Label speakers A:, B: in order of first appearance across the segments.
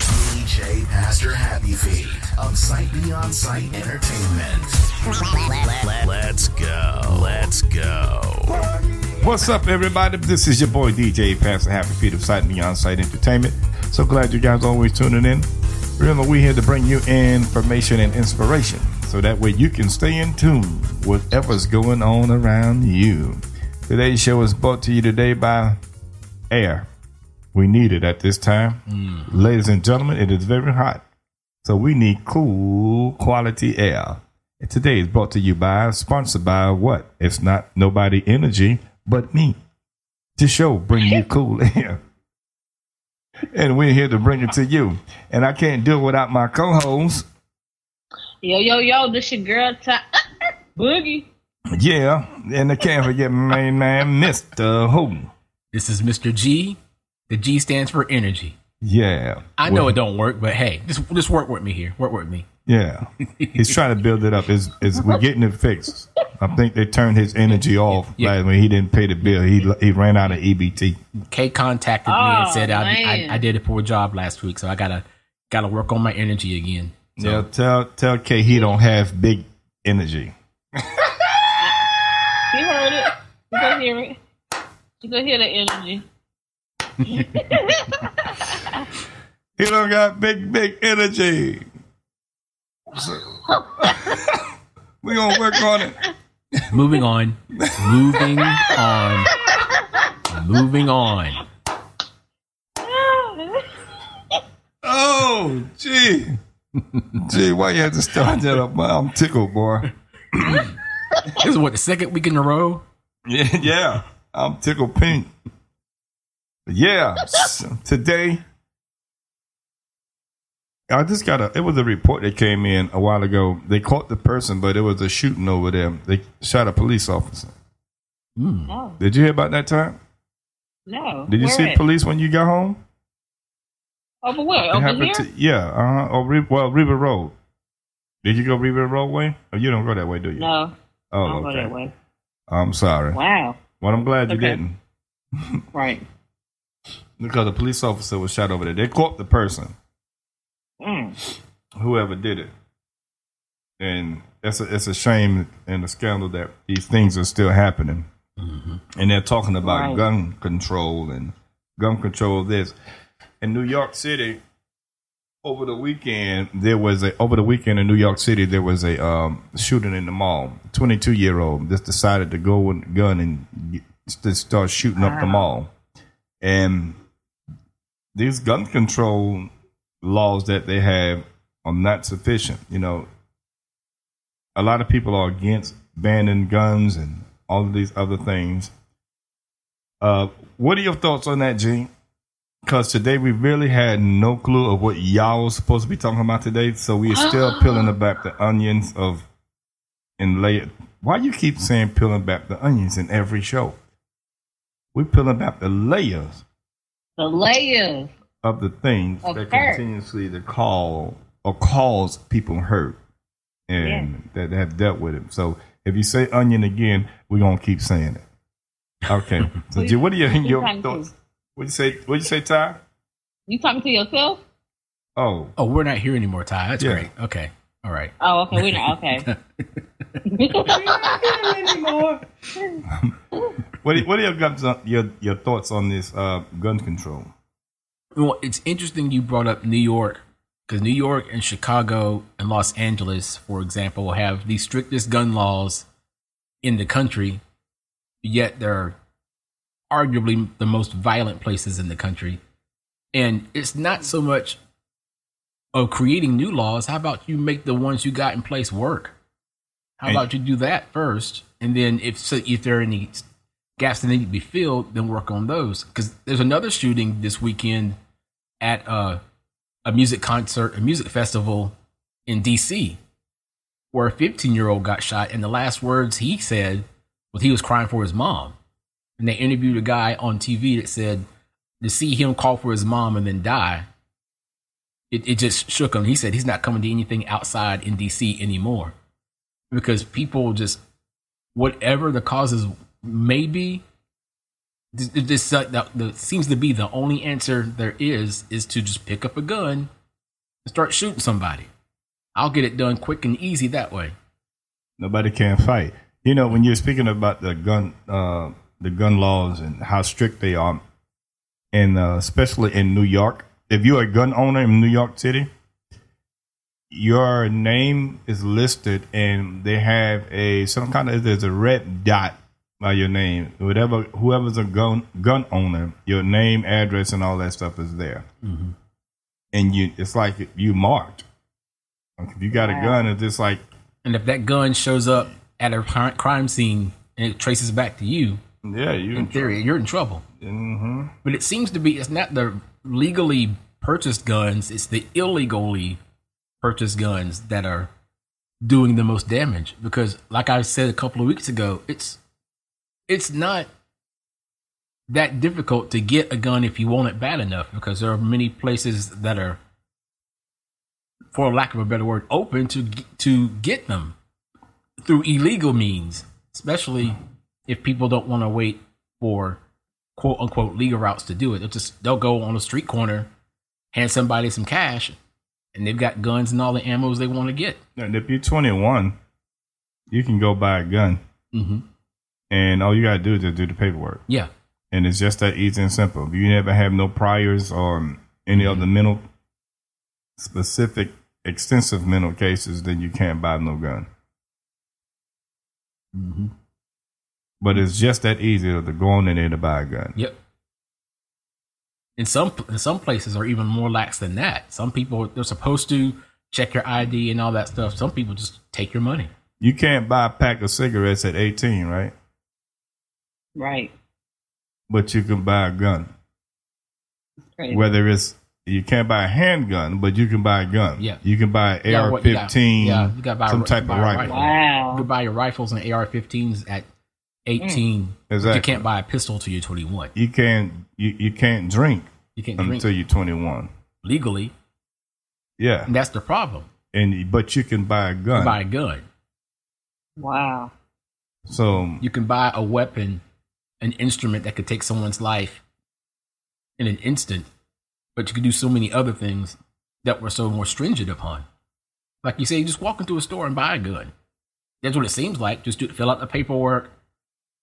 A: DJ Pastor Happy Feet of Sight Beyond Sight Entertainment. Let's go. Let's go.
B: What's up, everybody? This is your boy DJ Pastor Happy Feet of Sight Beyond Sight Entertainment. So glad you guys always tuning in. Remember, we're here to bring you information and inspiration so that way you can stay in tune with whatever's going on around you. Today's show is brought to you today by Air. We need it at this time. Ladies and gentlemen, it is very hot. So we need cool quality air. And today is brought to you by, sponsored by what? It's not nobody energy, but me. This show bring you cool air. And we're here to bring it to you. And I can't do it without my co-host.
C: Yo, yo, yo, this your girl, Ta- Boogie.
B: Yeah. And I can't forget my man, Mr. Who.
D: This is Mr. G. The G stands for energy.
B: Yeah.
D: I know
B: Well,
D: it don't work, but hey, just just work with me here. Work with me.
B: Yeah. He's trying to build it up. Is is we're getting it fixed. I think they turned his energy off
D: Yeah.
B: like, when he didn't pay the bill. He he ran out of E EBT.
D: K contacted me and
C: Oh,
D: said I, I,
C: man.
D: I did a poor job last week, so I gotta gotta work on my energy again.
B: Yeah, tell tell K he don't have big energy.
C: You heard it. You can hear it. You can hear the energy.
B: He don't got big, big energy. So- we gonna work on it.
D: Moving on. Moving on. Moving on.
B: Oh, gee, gee, why you had to start that up? I'm tickled, boy.
D: This is what the second week in a row.
B: Yeah, yeah, I'm tickled pink. Yeah, so today. I just got a. It was a report that came in a while ago. They caught the person, but it was a shooting over there. They shot a police officer.
D: Mm.
C: No,
B: Did you hear about that time?
C: Oh, no.
B: Did you
C: Where
B: see
C: at?
B: police when you got home?
C: Over where?
B: It
C: Over
B: happened
C: here?
B: to- yeah, uh huh. Oh, Re- well, River Road. Did you go River Road way? Oh, you don't go that way, do you?
C: no,
B: Oh,
C: I don't
B: okay.
C: go that way.
B: I'm sorry.
C: Wow.
B: Well, I'm glad you
C: Okay.
B: didn't.
C: Right.
B: Because a police officer was shot over there. They caught the person,
C: Mm.
B: whoever did it. And it's a, it's a shame and a scandal that these things are still happening. And they're talking about
C: Right.
B: gun control and gun control this. In New York City, over the weekend, there was a over the weekend in New York City there was a um, shooting in the mall. Twenty two year old just decided to go with a gun and get- just start shooting up the mall. And these gun control laws that they have are not sufficient. You know, a lot of people are against banning guns and all of these other things. Uh, what are your thoughts on that, Gene? Because today we really had no clue of what y'all was supposed to be talking about today, so we are still peeling back the onions of and layer. Why you keep saying peeling back the onions in every show? We're peeling back the layers
C: The layers.
B: of the things
C: Of
B: that
C: hurt.
B: continuously to call or cause people hurt and that have dealt with it. So if you say onion again, we're gonna keep saying it. Okay. So Jay, what are your,
C: You
B: your
C: talking,
B: thoughts?
C: to,
B: What you say? What you say, Ty?
C: you talking to yourself?
B: Oh,
D: Oh, we're not here anymore, Ty. That's
B: Yeah.
D: great. Okay. All right.
C: Oh, okay. We not okay.
B: what are, what are your guns on, your your thoughts on this uh, gun control?
D: Well, it's interesting you brought up New York because New York and Chicago and Los Angeles, for example, have the strictest gun laws in the country, yet they're arguably the most violent places in the country. And it's not so much of creating new laws. How about you make the ones you got in place work? How
B: And-
D: about you do that first, and then if so, if there are any gaps that need to be filled, then work on those. Because there's another shooting this weekend at uh, a music concert, a music festival in D.C., where a 15 year old got shot, and the last words he said was he was crying for his mom. And they interviewed a guy on TV that said to see him call for his mom and then die. It, it just shook him. He said he's not coming to anything outside in DC anymore because people just whatever the causes may be, this, this uh, the, the, seems to be the only answer there is is to just pick up a gun and start shooting somebody. I'll get it done quick and easy that way.
B: Nobody can fight. You know, when you're speaking about the gun, uh, the gun laws and how strict they are, and uh, especially in New York, if you're a gun owner in New York City, your name is listed, and they have a some kind of there's a red dot by your name. Whatever, whoever's a gun gun owner, your name, address, and all that stuff is there, and you it's like you marked. Like if you got a gun, it's just like
D: And if that gun shows up at a cri- crime scene and it traces back to you,
B: yeah, you
D: in theory, you're in trouble.
B: hmm
D: But it seems to be it's not the legally purchased guns, it's the illegally purchased guns that are doing the most damage. Because like I said a couple of weeks ago, it's it's not that difficult to get a gun if you want it bad enough because there are many places that are for lack of a better word open to g- to get them through illegal means especially if people don't want to wait for quote unquote legal routes to do it. They'll just they'll go on a street corner, hand somebody some cash, and they've got guns and all the ammos they want to get.
B: And if you're 21, you can go buy a gun,
D: Mm-hmm.
B: and all you gotta do is just do the paperwork,
D: Yeah,
B: and it's just that easy and simple. If you never have no priors or any other
D: Mm-hmm.
B: mental specific, extensive mental cases, then you can't buy no gun. But it's just that easy to go on in there to buy a gun.
D: yep. In some in some places are even more lax than that. Some people they're supposed to check your ID and all that stuff. Some people just take your money.
B: You can't buy a pack of cigarettes at 18, right?
C: Right.
B: But you can buy a gun.
C: It's crazy.
B: whether it's you can't buy a handgun, but you can buy a gun.
D: Yeah.
B: you can buy an
D: Yeah,
B: AR
D: what- yeah,
B: fifteen,
D: yeah, you gotta buy a
B: some
D: ri-
B: type of
D: buy a
B: rifle.
D: rifle. You
C: wow.
D: can buy your rifles and AR-15s at 18.
B: Mm. Exactly.
D: You can't buy a pistol till you're 21.
B: You can't you, you can't drink
D: You can't drink
B: until you're twenty one.
D: legally.
B: Yeah,
D: And that's the problem.
B: and but you can buy a gun.
D: buy a gun.
C: Wow.
B: so
D: You can buy a weapon, an instrument that could take someone's life in an instant, but you can do so many other things that were so more stringent upon. Like you say, you just walk into a store and buy a gun. That's what it seems like. Just do, fill out the paperwork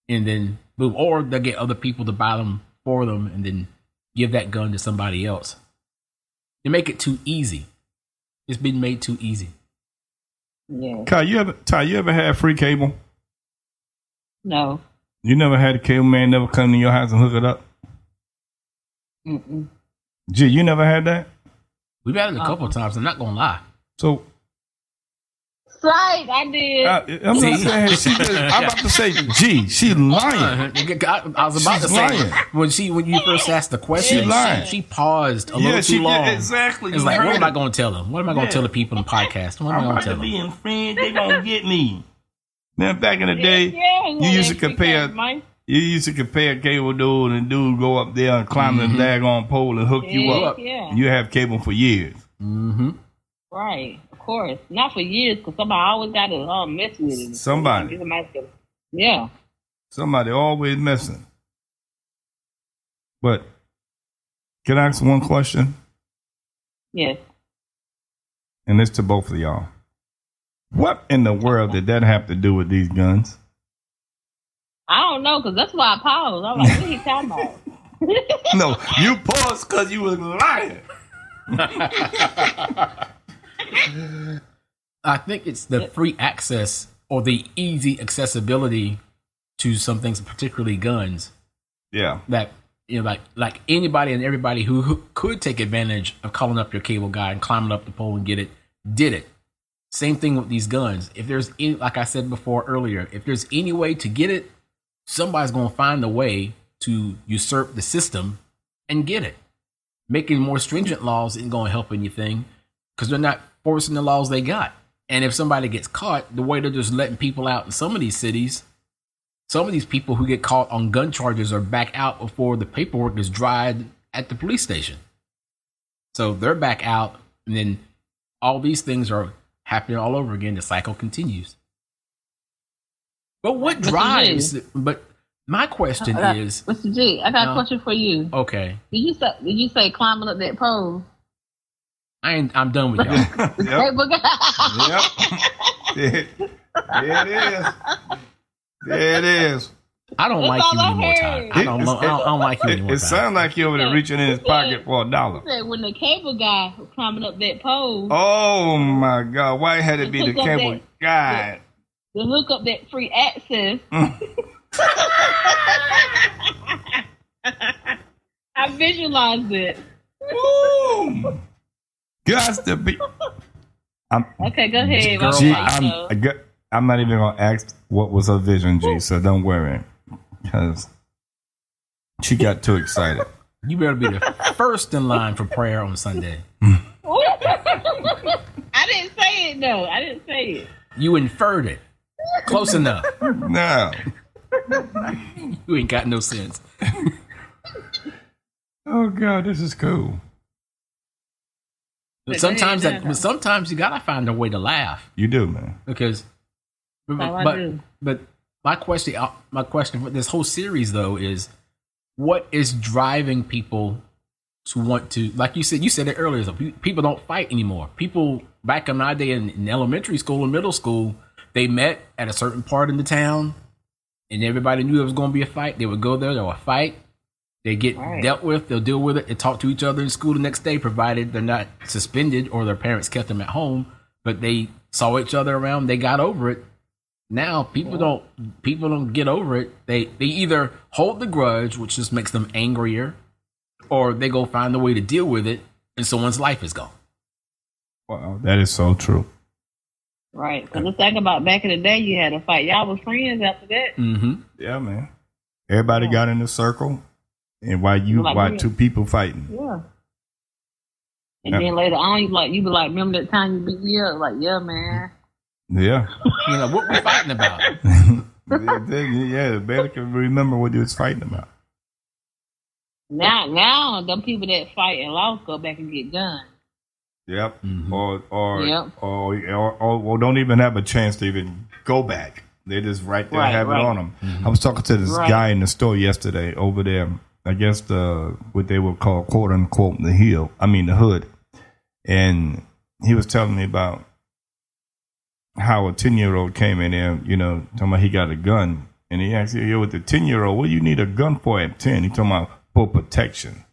D: and then boom. Or they'll get other people to buy them for them and then give that gun to somebody else. They make it too easy. It's been made too easy.
C: Yeah.
B: Kyle, you ever Ty, you ever had free cable?
C: No.
B: You never had a cable man never come to your house and hook it up.
C: Mm-mm.
B: Gee, you never had that.
D: We've had it a couple of times. I'm not going to lie.
B: So
C: Sight. I did.
B: I, I'm not saying she. Just, I'm about to say, gee, she lying.
D: Uh, I, I was about
B: She's
D: to say
B: lying.
D: when she when you first asked the question,
B: She's lying.
D: she, she paused a little
B: yeah,
D: too
B: she yeah,
D: long.
B: exactly.
D: It's
B: You
D: like,
B: heard
D: what am I
B: it.
D: going to tell them? What am I going to
B: Yeah.
D: tell the people in the podcast? What am I
B: I'm
D: going to
B: about
D: tell
B: to
D: them?
B: be in friends. They gonna get me. Now back in the day,
C: yeah,
B: you used to compare.
C: Mike.
B: You used to compare cable dude and dude go up there and climb the daggone pole and hook you
C: Yeah,
B: up.
C: yeah.
B: You have cable for years.
D: Mm-hmm.
C: Right, of course. Not for years, because somebody always got to uh, mess with it.
B: Somebody.
C: Somebody's gotta- Yeah.
B: Somebody always messing. But can I ask one question?
C: Yes.
B: And it's to both of y'all. What in the world did that have to do with these guns?
C: I don't know, because that's why I paused. I'm like, what he talking about?
B: No, you paused because you was lying.
D: I think it's the free access or the easy accessibility to some things, particularly guns,
B: Yeah.
D: that you know, like like anybody and everybody who, who could take advantage of calling up your cable guy and climbing up the pole and get it did it. Same thing with these guns. If there's any, like I said before earlier, if there's any way to get it, somebody's going to find a way to usurp the system and get it. Making more stringent laws isn't going to help anything because they're not forcing the laws they got. And if somebody gets caught, the way they're just letting people out in some of these cities, some of these people who get caught on gun charges are back out before the paperwork is dried at the police station. So they're back out, and then all these things are happening all over again. The cycle continues. But what
C: But
D: drives?
C: you-
D: But my question
C: Uh,
D: is,
C: Mr. G, I got
D: No.
C: a question for you.
D: okay,
C: Did you say did you say climbing up that pole?
D: I ain't, I'm done with y'all.
B: yep.
C: Hey, Boogie.
B: Yep. there, there it is. There it is.
D: I don't like
C: all
D: you
C: I
D: anymore, Todd.
C: heard.
D: I don't,
B: It-
D: lo- I don't, I don't like you
B: It,
D: anymore.
B: it
D: Todd.
B: sounds like you over there reaching in his pocket for a dollar.
C: said when the cable guy was climbing up that pole
B: Oh my God! Why had it be the
C: Look at
B: cable? God.
C: to hook up that free access.
B: Mm.
C: I visualized it.
B: Boom. Gots to be. I'm,
C: Okay, go ahead.
D: Girl,
C: I'll
B: G,
C: let you
B: I'm,
C: know.
B: I got- I'm not even gonna ask what was her vision, G. So don't worry, because she got too excited.
D: You better be the first in line for prayer on Sunday.
C: I didn't say it though. I didn't say it.
D: You inferred it. Close enough.
B: No.
D: You ain't got no sense.
B: Oh God, this is cool.
D: But
C: But
D: sometimes,
C: there you
D: that,
C: go.
D: but sometimes you gotta find a way to laugh
B: You do, man.
D: because. But,
C: all I
D: but,
C: do.
D: but my question, uh, my question for this whole series though is, what is driving people to want to, like you said, you said it earlier. so pe- People don't fight anymore. People back in my day in, in elementary school and middle school, they met at a certain part in the town, and everybody knew there was going to be a fight. They would go there, they would fight. They get
C: Right.
D: dealt with, they'll deal with it, and talk to each other in school the next day, provided they're not suspended or their parents kept them at home. But they saw each other around, they got over it. Now people don't people don't get over it. They they either hold the grudge, which just makes them angrier, or they go find a way to deal with it, and someone's life is gone.
B: Wow, that is so true.
C: Right. So let's talk about back in the day you had a fight. Y'all were friends after that.
D: Mm-hmm.
B: Yeah, man. Everybody got in a circle, and why you?
C: Like
B: why
C: me.
B: two people fighting?
C: Yeah. And then later on you like you be like, remember that time you beat me up? Like, yeah, man.
B: Yeah.
D: You know what we fighting about?
B: yeah, yeah, barely can remember what he was fighting about.
C: Now now them people that fight and lost go back and get guns.
B: Yep.
D: Mhm.
B: Or or,
C: Yep.
B: or or or or don't even have a chance to even go back. They just right there
C: Right,
B: have
C: right.
B: it on them. I was talking to this
C: Right.
B: guy in the store yesterday over there. I guess the what they would call quote unquote the hill. I mean the hood, and he was telling me about how a ten year old came in there. You know, talking about he got a gun, and he asked, "Yo, with the ten year old, what do you need a gun for at 10? He talking about for protection.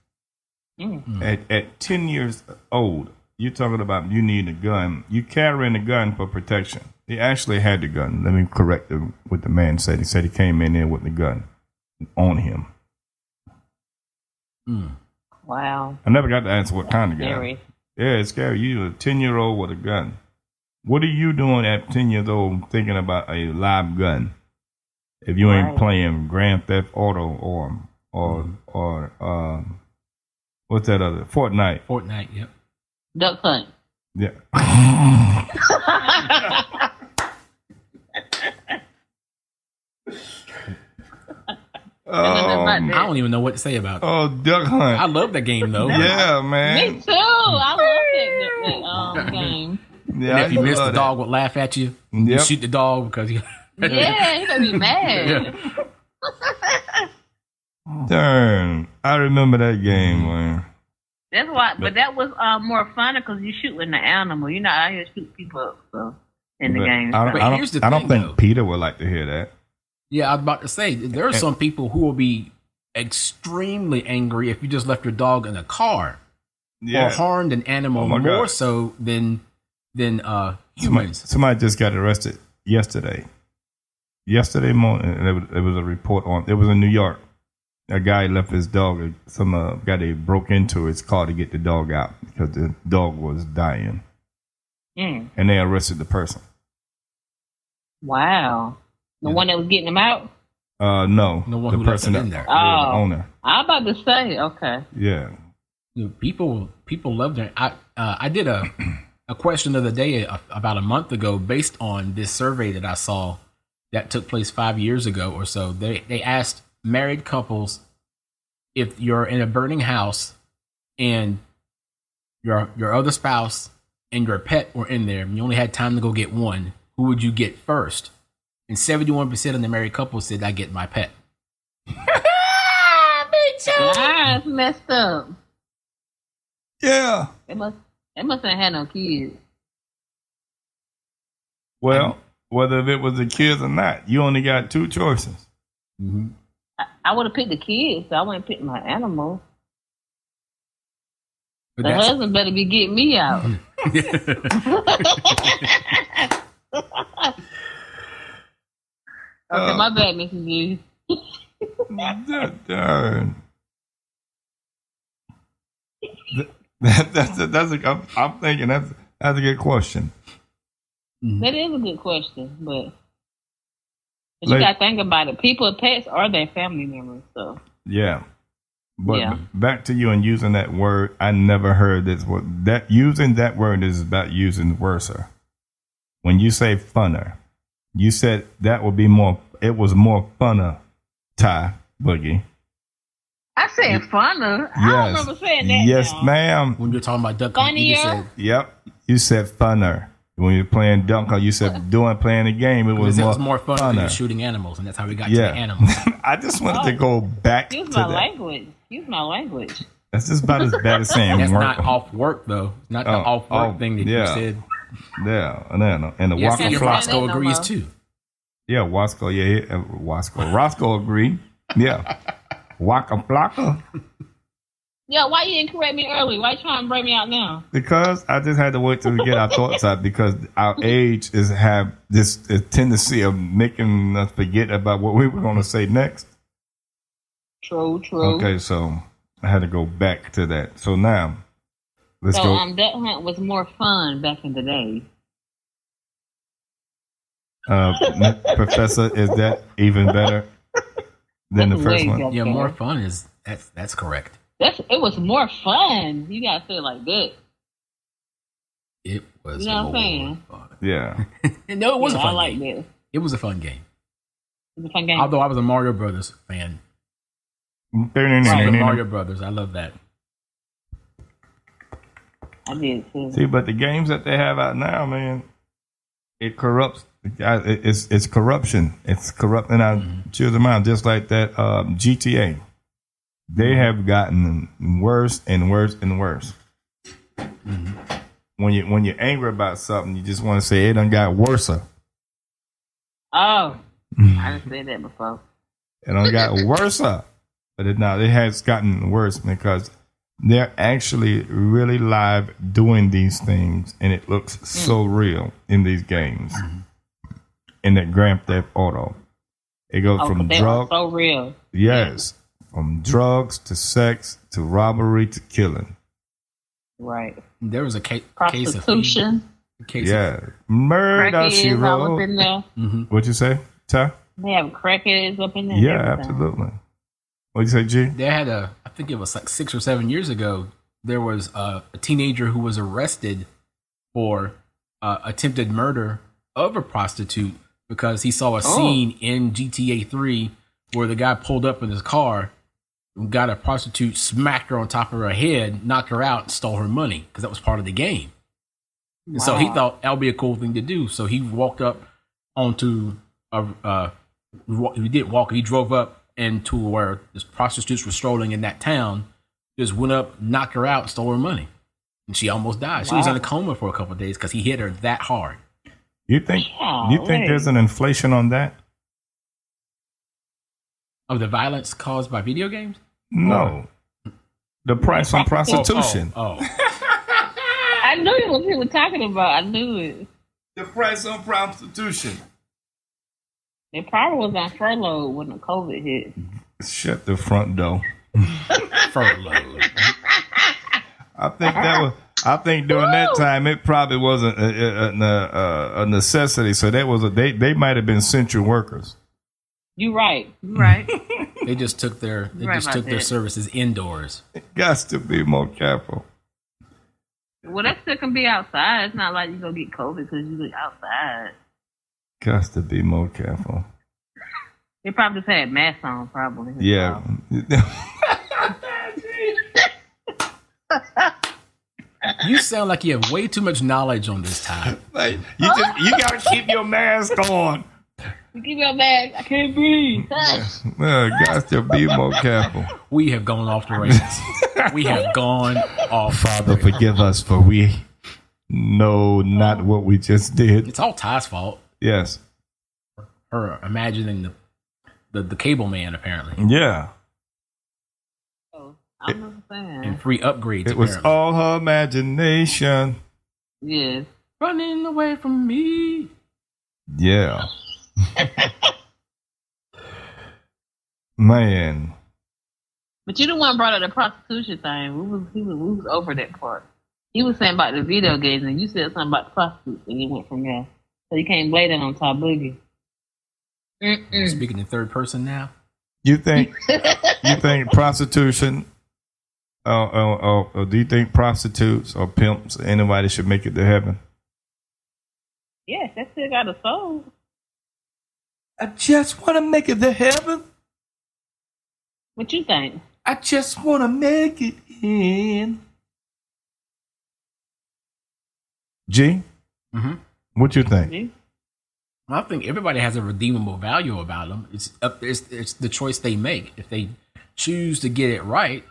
C: Mm-hmm.
B: At, at 10 years old, you're talking about you need a gun. You carrying a gun for protection. He actually had the gun. Let me correct the, what the man said. He said he came in there with the gun on him.
D: Mm.
C: Wow.
B: I never got to answer what kind of gun.
C: Scary.
B: Yeah, it's scary. You a 10 year old with a gun. What are you doing at 10 years old thinking about a live gun? If you ain't
C: Right. Mm-hmm.
B: playing Grand Theft Auto or or or um, what's that other Fortnite?
D: Fortnite, yep.
C: Duck hunt.
B: Yeah.
C: Nothing
B: Oh,
C: like
D: Um, I don't even know what to say about. it.
B: oh, duck
D: I
B: hunt.
D: love that game though.
B: Yeah,
C: Me
B: man.
C: too. I love that, that um, game.
B: Yeah,
D: And
B: I
D: if you miss, the
B: love that.
D: dog would laugh at you. You
B: Yep.
D: shoot the dog because you.
C: Yeah, he gonna be mad.
D: Yeah.
B: Darn, I remember that game, man.
C: That's why, but that was uh, more fun because you shoot with an animal. You're not out here shooting people up. So in the
B: But
C: game,
B: I don't,
D: But
B: I don't,
D: here's the
B: I don't
D: thing,
B: think
D: though.
B: Peter would like to hear that.
D: Yeah, I was about to say there are some people who will be extremely angry if you just left your dog in a car or
B: Yeah.
D: harmed an animal
B: Oh my
D: more
B: God.
D: so than than uh,
B: Somebody,
D: humans.
B: somebody just got arrested yesterday. Yesterday morning, and there was, there was a report on. It was in New York. A guy left his dog. Some uh, guy they broke into his car to get the dog out because the dog was dying,
C: Mm.
B: and they arrested the person.
C: wow, the one that was getting them out.
B: Uh, no,
D: The one
B: the
D: who left
B: person
D: it in
B: that-
D: there.
B: yeah, the
C: Oh.
B: owner.
C: I'm about to say, okay,
B: Yeah,
D: you know, people people love their. I uh, I did a a question the other day a, about a month ago based on this survey that I saw that took place five years ago or so. They they asked married couples if you're in a burning house and your your other spouse and your pet were in there, and you only had time to go get one. Who would you get first? And seventy one percent of the married couples said I get my pet.
C: that's messed up.
B: yeah.
C: It must They must have had no kids.
B: Well, whether if it was the kids or not, you only got two choices.
D: hmm
C: I, I would have picked the kids, so I wouldn't pick my animal.
D: But
C: The
D: that's,
C: husband better be getting me out. Okay, my bad, Mrs. G.
B: That- darn. That- that- that's a, that's a, I'm, I'm thinking that's that's a good question.
C: That is a good question, but, but you
B: Like-
C: got to think about it. People, pets are their family members, so
B: Yeah. But
C: Yeah.
B: back to you and using that word, I never heard this word. That using that word is about using worser. When you say funner, you said that would be more. It was more funner, Ty Boogie.
C: I said funner. I don't
B: Yes.
C: remember saying that.
B: Yes,
C: now.
B: ma'am.
D: when you're talking about duck hunt, you just
C: Funnier?
D: said
B: Yep. You said funner when you were playing dunk. You said doing playing the game. It
D: it was,
B: was,
D: it
B: more,
D: was more fun than
B: funner.
D: shooting animals, and that's how we got
B: Yeah.
D: to the animals.
B: I just wanted to go back to
C: Use my
B: that.
C: language. Use my language.
B: That's just about as bad as saying
D: That's
B: work.
D: not off work though. Not the
B: Oh,
D: off work
B: oh,
D: thing that
B: yeah.
D: you said.
B: yeah, and then and the
D: Yes,
B: walk
C: see,
B: on
C: you're
D: and your
B: fly.
C: right.
D: Roscoe
C: No
D: agrees
C: more.
D: too.
B: Yeah, Wasco. Yeah, yeah, uh, Wasco. Roscoe agreed. Yeah. Waka Flocka.
C: Yeah, why you didn't correct me early? Why you trying to bring me out now?
B: Because I just had to wait till we get our thoughts out because our age is have this uh, tendency of making us forget about what we were going to say next.
C: True, true.
B: Okay, so I had to go back to that. So now, let's
C: so
B: go.
C: um, duck hunt was more fun back in the day.
B: uh, n- Professor, is that even better than the
C: That's
B: first
C: way
B: one?
C: better.
D: Yeah, more fun is that's that's correct.
C: That's it was more fun. You gotta say it like that.
D: It was
C: You know what I'm
D: more
C: saying?
D: fun.
B: Yeah.
D: No, it was
C: yeah,
D: a fun
C: I like
D: game.
C: that. It
D: It was a fun game.
C: was a fun game.
D: Although I was a Mario Brothers fan.
B: Mm-hmm.
D: Super Mario Brothers, I love that.
C: I did too.
B: See, but the games that they have out now, man, it corrupts. I- It's it's corruption. It's corrupting our children's mind, just like that um, GTA. They have gotten worse and worse and worse. When you when you're angry about something, you just want to say it done got worse. It
C: Oh, I didn't say that before.
B: done got worse. But it, no, it has gotten worse because they're actually really live doing these things, and it looks
C: Mm.
B: so real in these games.
C: Mm-hmm.
B: In that Grand Theft Auto, it goes
C: Oh,
B: from
C: they were
B: drug,
C: so real.
B: yes, from drugs to sex to robbery to killing.
C: Right.
D: There was a ca- case of
C: Prostitution.
D: case of-
B: Yeah, murder she
C: Crackheads all up
B: wrote.
C: in there.
D: Mhm.
B: What you say, Ty?
C: They have crackheads up in there.
B: Yeah,
C: everything.
B: absolutely. What you say, G?
D: They had a I think it was like 6 or 7 years ago there was a, a teenager who was arrested for uh, attempted murder of a prostitute because he saw a scene in GTA 3 where the guy pulled up in his car got a prostitute smacked her on top of her head knocked her out and stole her money because that was part of the game And so he
C: Wow.
D: thought that'll be a cool thing to do. So he walked up onto a uh, wa- he didn't walk. He drove up into where the prostitutes were strolling in that town. Just went up, knocked her out, stole her money, and she almost died. She was
C: Wow.
D: in a coma for a couple of days because he hit her that hard.
B: You think you think
C: Golly.
B: there's an inflation on that?
D: Of the violence caused by video games.
B: No. The price on
D: Oh, oh,
B: prostitution.
D: Oh,
C: I knew it was what he was talking about. I knew it.
B: The price on prostitution.
C: They probably was on furlough when the COVID hit.
B: Shut the front door.
D: oh. furlough.
B: I think that was. I think during that time it probably wasn't a, a, a, a necessity. So that was a they. They might have been central workers.
C: You right.
E: Right.
D: they just took their they
E: Right
D: just
E: about
D: took their
E: that.
D: services indoors.
B: Got to be more careful.
C: Well, that still can be outside. It's not like you gonna get COVID because you look outside.
B: Got to be more careful.
C: They probably just had masks on, probably.
B: Yeah.
D: You sound like you have way too much knowledge on this time.
B: like, you just you gotta keep your mask on.
C: You Give me a mask. I can't breathe.
B: Well, got to be more careful.
D: We have gone off the rails. we have gone off.
B: Father, forgive us, for we know not what we just did.
D: It's all Ty's fault.
B: Yes.
D: Her imagining the the, the cable man apparently
B: Yeah.
C: Oh, I'm a fan.
D: and free upgrades.
B: It was
D: apparently.
B: all her imagination.
C: Yes.
D: running away from me.
B: Yeah. Man.
C: But you the one brought up the prostitution thing. We was, he was, we was over that part. He was saying about the video games, and you said something about the prostitutes, and you went from there. So you can't blame that on Ty Boogie. Mm-mm.
D: Speaking in third person now.
B: You think you think prostitution? Uh, uh, uh, uh, do you think prostitutes or pimps, anybody should make it to heaven?
C: Yes, that still got a soul.
B: I just want to make it to heaven.
C: What you think?
B: I just want to make it in. G,
D: Mm-hmm.
B: what you think?
C: G?
D: I think everybody has a redeemable value about them. It's up. It's, it's the choice they make. If they choose to get it right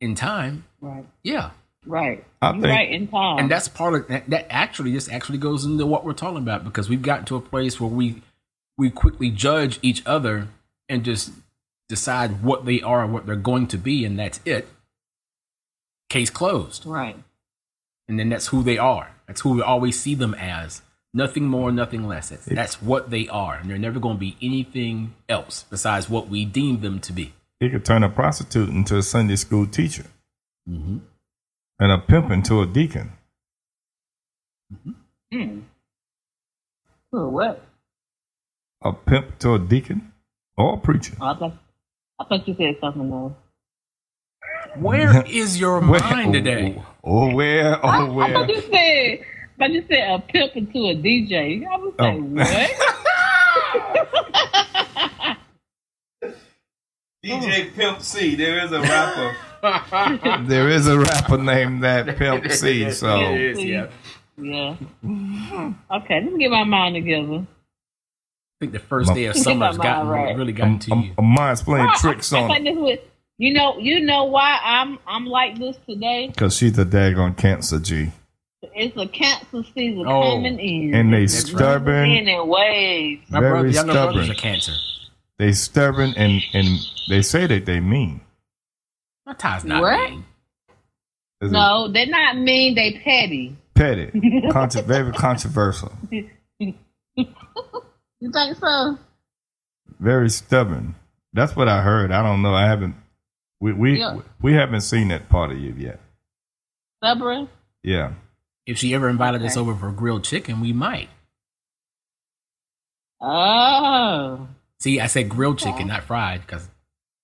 D: in time,
C: Right.
D: yeah.
C: Right.
B: I
C: you
B: think-
C: right in time.
D: And that's part of that. That actually, this actually goes into what we're talking about because we've gotten to a place where we we quickly judge each other and just decide what they are and what they're going to be, and that's it. Case closed.
C: right.
D: and then that's who they are. That's who we always see them as. Nothing more, nothing less. That's, that's what they are, and they're never going to be anything else besides what we deem them to be.
B: He could turn a prostitute into a Sunday school teacher
D: Mm-hmm.
B: and a pimp into a deacon.
C: Mm. Cool, what?
B: A pimp to a deacon or a preacher.
C: Oh, I thought, I thought you said something else.
D: Where is your mind today?
B: Oh, where?
C: I,
B: Oh,
C: I
B: where?
C: thought you said, but you said a pimp into a DJ. I was like,
B: Oh.
C: what?
B: DJ Pimp C. There is a rapper. Oh. there is a rapper named that Pimp C. So
D: Yes, yeah. I
C: yeah. Okay, let me get my mind together.
D: think the first day of summer's gotten really, really gotten to
B: I'm,
D: you.
B: I'm mind's um, playing
C: Oh,
B: tricks
C: I, I
B: on
C: thought
B: her
C: this was, you know, you know why I'm I'm like this today.
B: because she's a daggone cancer G,
C: It's a cancer season
D: Oh,
C: coming in.
B: and they
D: right.
B: stubborn.
C: in in waves.
D: My
B: Very
D: brother, younger brother's
B: stubborn.
D: a cancer.
B: They stubborn and and they say that they mean.
D: My tie's not
C: What?
D: mean.
B: Is it
C: No, they're not mean. They petty.
B: petty, Contro- very controversial,
C: You think so?
B: very stubborn. That's what I heard. I don't know. I haven't. We we
C: Yeah.
B: we haven't seen that part of you yet.
C: Stubborn.
B: Yeah.
D: If she ever invited us
C: Okay.
D: over for grilled chicken, we might.
C: Oh.
D: See, I said grilled chicken, not fried, because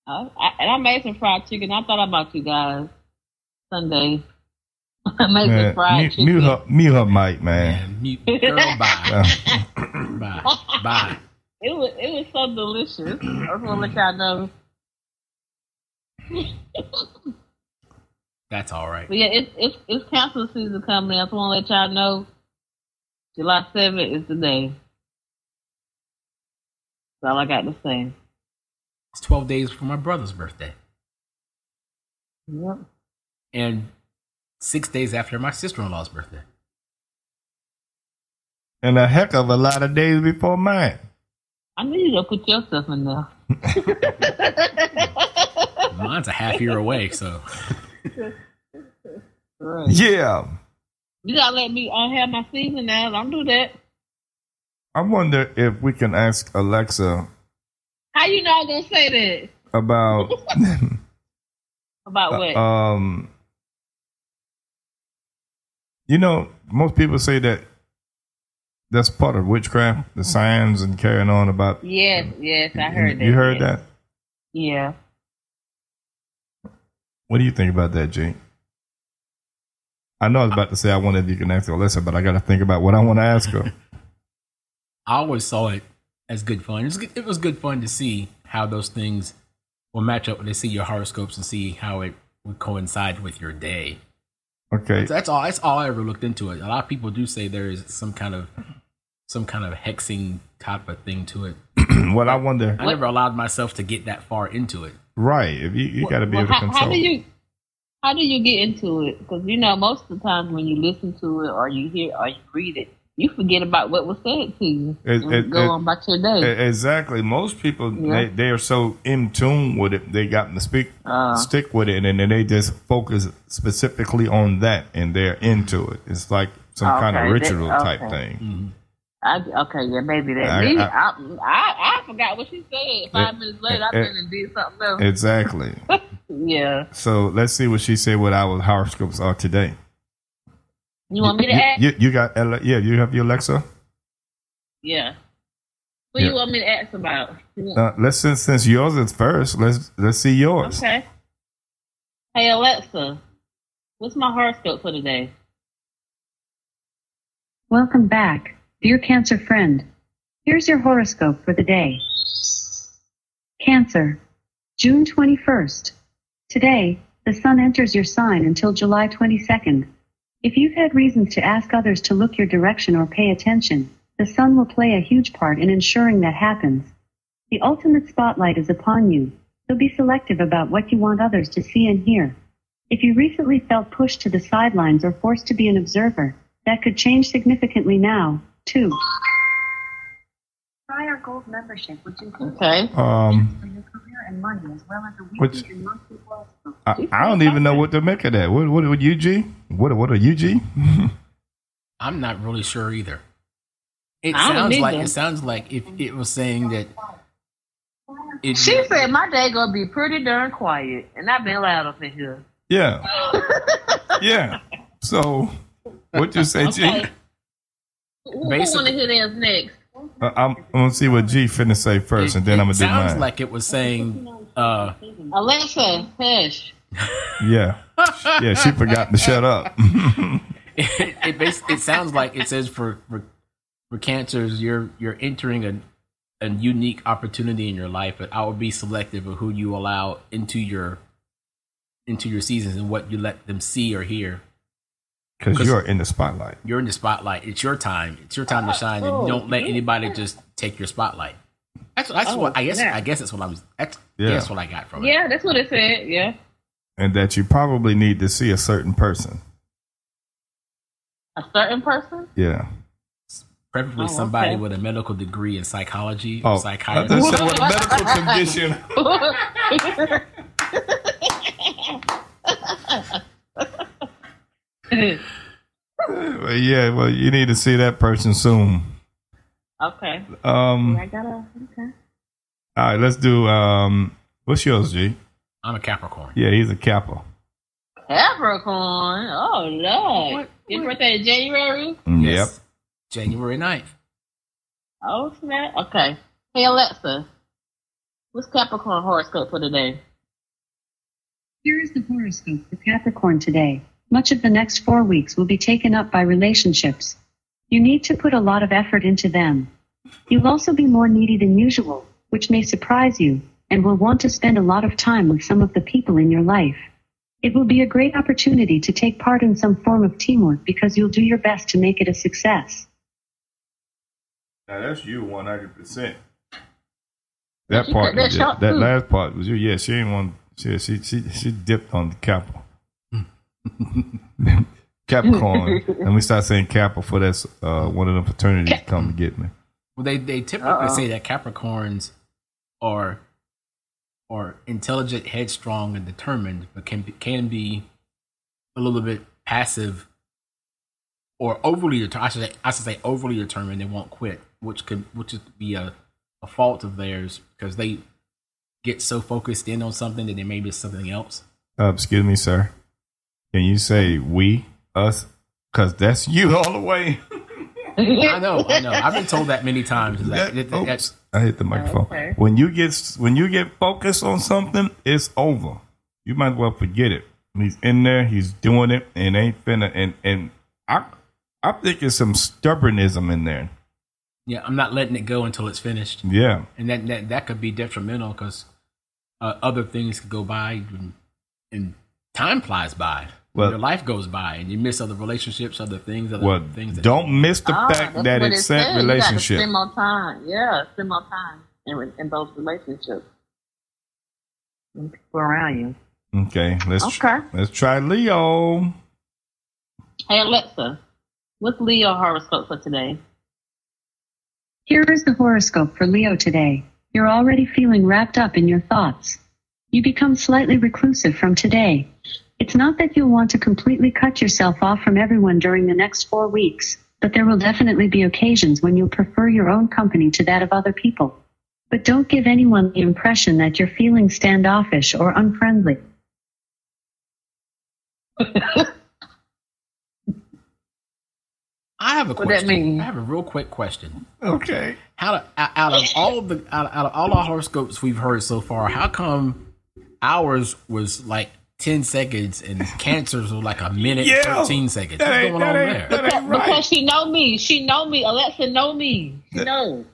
C: I, I, and I made some fried chicken. I thought about you guys Sunday. I made some
B: Man,
C: fried
B: mute,
C: chicken.
B: mute her, mute her mic, man.
D: man, mute, girl, bye,
B: Uh,
D: bye, bye.
C: It was it was so delicious. I was gonna let y'all know.
D: That's all right.
C: But yeah, it's it's it's council season coming. I just wanna let y'all know. July seventh is the day. That's all I got to say.
D: It's 12 days for my brother's birthday
C: Yep.
D: and six days after my sister in law's birthday.
B: and a heck of a lot of days before mine.
C: I knew you to put yourself in there.
D: Mine's a half year away, so
C: Right.
B: Yeah.
C: You gotta let me uh, have my season now. Don't do that.
B: I wonder if we can ask Alexa
C: How you know I'm gonna say that?
B: about
C: About what?
B: um you know, most people say that that's part of witchcraft, the signs and carrying on about
C: Yes, yes, I heard that.
B: You heard that?
C: Yeah.
B: What do you think about that, Jake? I know I was about to say I wonder if you can ask Alexa, but I gotta think about what I want to ask her.
D: I always saw it as good fun. It was good, it was good fun to see how those things will match up when they see your horoscopes and see how it would coincide with your day.
B: Okay.
D: So that's all. That's all I ever looked into it. A lot of people do say there is some kind of some kind of hexing type of thing to it.
B: well, I wonder.
D: I never allowed myself to get that far into it.
B: Right. If you you got to be
C: Well,
B: able to
C: how,
B: control.
C: how do you How do you get into it? Because you know, most of the times when you listen to it or you hear or you read it, you forget about what was said to you
B: It-
C: and
B: it-
C: go
B: it-
C: on about your day.
B: E- Exactly. Most people
C: Yeah.
B: they, they are so in tune with it, they got to speak
C: Uh.
B: stick with it, and then they just focus specifically on that, and they're into it. It's like some kind of
C: Okay, that-
B: ritual type
C: okay.
B: thing.
C: I, okay, yeah, maybe that.
B: I-
C: Me,
B: I-
C: I, I, I forgot what she said. Five
B: It-
C: minutes later, I
B: it-
C: went and did something else.
B: Exactly.
C: yeah.
B: So let's see what she said. What our horoscopes are today.
C: You want me to
B: You-
C: ask?
B: You, you got Ale- yeah. You have your Alexa.
C: Yeah. What
B: Yeah.
C: you want me to ask about?
B: Uh, let's since since yours is first. Let's let's see yours.
C: Okay. Hey Alexa, what's my horoscope for today?
E: Welcome back, dear Cancer friend. Here's your horoscope for the day. Cancer, June 21st. Today, the sun enters your sign until July 22nd. If you've had reasons to ask others to look your direction or pay attention, the sun will play a huge part in ensuring that happens. The ultimate spotlight is upon you, so be selective about what you want others to see and hear. If you recently felt pushed to the sidelines or forced to be an observer, that could change significantly now, too. Prior Gold membership, which includes
C: Okay.
B: Um,
E: for your career and money, as well as the weekly
B: Which-
E: and monthly horoscope.
B: I, I don't even know what to make of that. What what what UG? What what a UG?
D: I'm not really sure either. It
C: I don't
D: sounds
C: either.
D: like it sounds like if it was saying that it,
C: She said my day gonna be pretty darn quiet, and I've been loud up in here.
B: yeah, yeah. So what you say, G?
C: Okay. Who, who want
D: Basically-
C: to hear theirs next?
B: Uh, I'm, I'm gonna see what G finna say first, and then
D: it
B: I'm gonna do
D: sounds
B: mine.
D: like it was saying uh,
C: Alexa, hush.
B: yeah, yeah. She forgot to shut up.
D: it it, bas- it sounds like it says for, for for cancers you're you're entering a a unique opportunity in your life but i would be selective of who you allow into your into your seasons and what you let them see or hear
B: Because you're in the spotlight.
D: you're in the spotlight it's your time it's your time
C: Ah,
D: to shine and you don't let anybody just take your spotlight that's, that's
C: Oh,
D: what i guess
C: snap.
D: i guess that's what i was that's,
B: Yeah.
D: that's what i got from it
C: Yeah, that's what it said. Yeah.
B: And that you probably need to see a certain person.
C: A certain person.
B: Yeah.
D: preferably
C: Oh,
D: somebody
C: okay.
D: with a medical degree in psychology
B: Oh,
D: or psychiatry
B: I said with a medical condition. Well, yeah, well, you need to see that person soon.
C: okay.
B: Um,
C: gotta. Okay.
B: all right, let's do. Um, what's yours, G?
D: i'm a capricorn
B: Yeah, he's a Kappa.
C: Capricorn. Oh lord.
D: What-
C: Your
D: what-
C: birthday is January.
B: Mm,
D: Yes. january 9th
C: Oh snap. Okay. Hey Alexa, what's Capricorn horoscope for today?
E: Here is the horoscope for Capricorn today. Much of the next four weeks will be taken up by relationships. You need to put a lot of effort into them. You'll also be more needy than usual, which may surprise you, and will want to spend a lot of time with some of the people in your life. It will be a great opportunity to take part in some form of teamwork because you'll do your best to make it a success.
B: Now that's you, one hundred percent. That
C: She
B: part,
C: cut that shot,
B: that
C: too.
B: last part was you. Yeah, she ain't one. She she she, she dipped on the Kappa. Capricorn, and we start saying Kappa for that's uh, one of them fraternities come to get me.
D: Well, they they typically
C: Uh-oh.
D: say that Capricorns are are intelligent, headstrong, and determined, but can be- can be a little bit passive or overly determined. I should say, I should say overly determined. They won't quit, which could which would be a a fault of theirs because they get so focused in on something that they may miss something else.
B: Uh, excuse me, sir. Can you say we us? Cause that's you all the way.
D: I know, I know. I've been told that many times. is That, that,
B: That-
D: that-
B: oops, Oh, I hit the microphone.
C: okay.
B: When you get when you get focused on something, it's over. You might as well forget it. He's in there, he's doing it, and ain't finna. And and I I think it's some stubbornism in there.
D: yeah, I'm not letting it go until it's finished.
B: Yeah,
D: and that that, that could be detrimental because uh, other things could go by and, and time flies by
B: Well-
D: your life goes by and you miss other relationships other things other
B: well,
D: things that
B: don't miss the
C: Ah,
B: fact
C: that's
B: that
C: what
B: it's that
C: it said. You gotta
B: relationship.
C: Spend more time. Yeah, spend more time in, in those relationships. And people around you.
B: Okay, let's
C: Okay.
B: let's try Leo.
C: Hey Alexa, what's Leo horoscope for today?
E: Here is the horoscope for Leo today. You're already feeling wrapped up in your thoughts. You become slightly reclusive from today. It's not that you'll want to completely cut yourself off from everyone during the next four weeks, but there will definitely be occasions when you'll prefer your own company to that of other people. But don't give anyone the impression that you're feeling standoffish or unfriendly.
D: I have a
C: What that
D: question.
C: mean?
D: I have a real quick question.
B: Okay.
D: How do, out out of all of the out, out of all our horoscopes we've heard so far, how come ours was like ten seconds and Cancer's was like a minute and
B: Yeah.
D: thirteen seconds?
B: That
D: What's
B: ain't,
D: going
B: that
D: on there?
B: ain't, that ain't right.
C: Because she know me. She know me. Alexa know me. She know.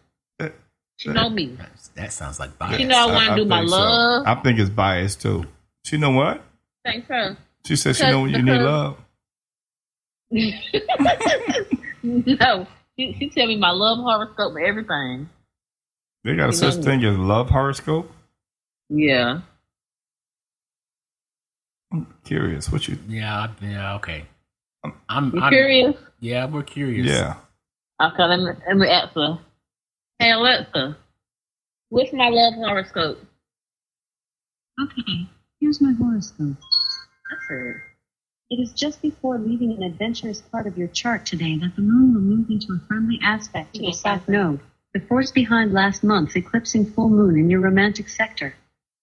C: She know me.
D: That's- that sounds like bias.
C: You know- I wanna do my
B: think
C: love.
B: I think it's biased too. She know what?
C: Thanks, her.
B: She said she know when you need
C: Because-
B: love.
C: no. She, she tell me my love horoscope and everything.
B: They got a
C: She
B: such
C: know me.
B: thing as love horoscope.
C: Yeah.
B: I'm curious. What you?
D: yeah, yeah, okay. I'm,
B: Um,
C: You
D: I'm
C: curious?
D: yeah, we're curious.
B: Yeah.
C: Okay, let me, let me ask her. Hey, Alexa, what's my love horoscope?
E: Okay, here's my horoscope.
C: That's it.
E: It is just before leaving an adventurous part of your chart today that the moon will move into a friendly aspect to the
C: Yes,
E: south
C: I-
E: node, the force behind last month's eclipsing full moon in your romantic sector.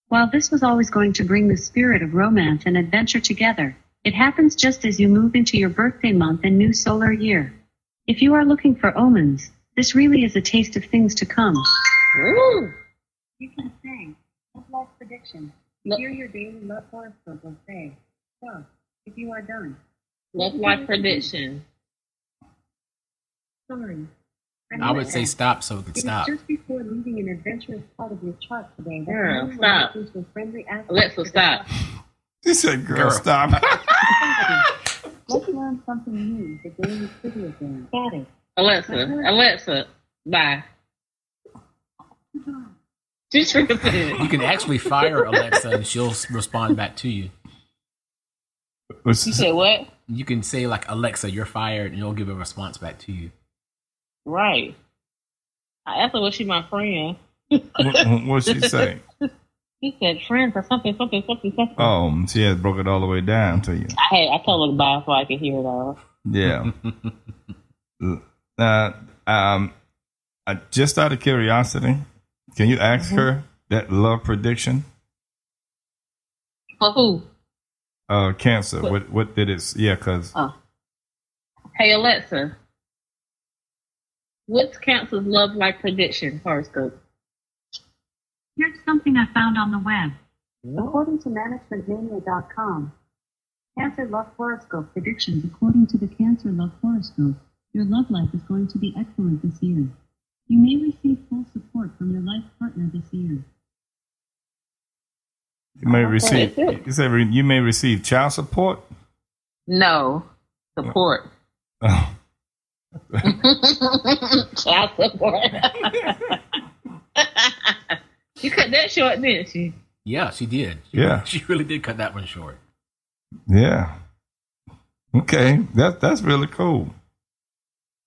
E: While this was always going to bring the spirit of romance and adventure together, it happens just as you move into your birthday month and new solar year. If you are looking for omens, this really is a taste of things to come.
C: Ooh.
E: You can sing. Love life prediction.
C: No.
E: Hear your daily love horoscope will say, so, if you are done.
C: Love life prediction.
E: Sorry.
D: I would say stop so we can
E: It is
D: stop.
E: just before leaving an adventurous part of your chart today. that
C: Girl,
E: you will
C: stop.
E: listen to a friendly aspect
C: Alexa,
E: of the
C: stop.
B: She said, "Girl,
D: Girl.
B: stop."
E: company. Let's learn something new. The daily trivia game. Got it.
C: Alexa, Alexa, bye. She's tripping.
D: You can actually fire Alexa and she'll s- respond back to you.
B: What's
C: You
B: this?
C: said what?
D: You can say like Alexa, you're fired, and it'll give a response back to you.
C: Right. I asked her was she my friend.
B: what what's she say?
C: She said friends or something, something, something, something.
B: Oh, she has broke it all the way down to you.
C: I had I told her bye so I could hear it all.
B: Yeah. uh, um, I, just out of curiosity, can you ask her that love prediction?
C: For who?
B: Uh, cancer. What? Uh, What, did it? s- Yeah, because
C: Oh. Hey Alexa. What's Cancer's love life prediction horoscope?
E: Here's something I found on the web. According to managementmania.com, Cancer Love Horoscope predictions. According to the Cancer Love Horoscope, your love life is going to be excellent this year. You may receive full support from your life partner this year.
B: you may receive.
C: that's it.
B: You said re- you may receive child support.
C: No. Support.
B: Oh,
C: Child support. you cut that short, didn't you?
D: Yeah, she did. She-
B: Yeah.
D: she really did cut that one short.
B: yeah. Okay, that that's really cool.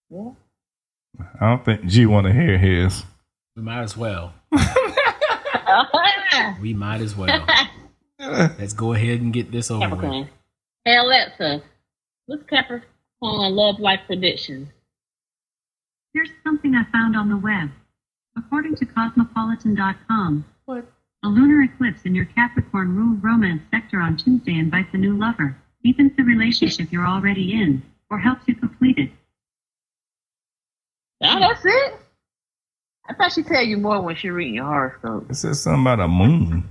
C: Yeah.
B: I don't think G want to hear his.
D: We might as well.
C: Ah,
D: We might as well. Let's go ahead and get this over with.
C: Capricorn. Hey Alexa, what's Capricorn love life prediction?
E: Here's something I found on the web. According to Cosmopolitan.com,
D: What?
E: a lunar eclipse in your Capricorn ruled romance sector on Tuesday invites a new lover, deepens the relationship you're already in, or helps you complete it.
C: Oh, that's it. I thought she'd tell you more when she reading your horoscope.
B: It says something about a moon.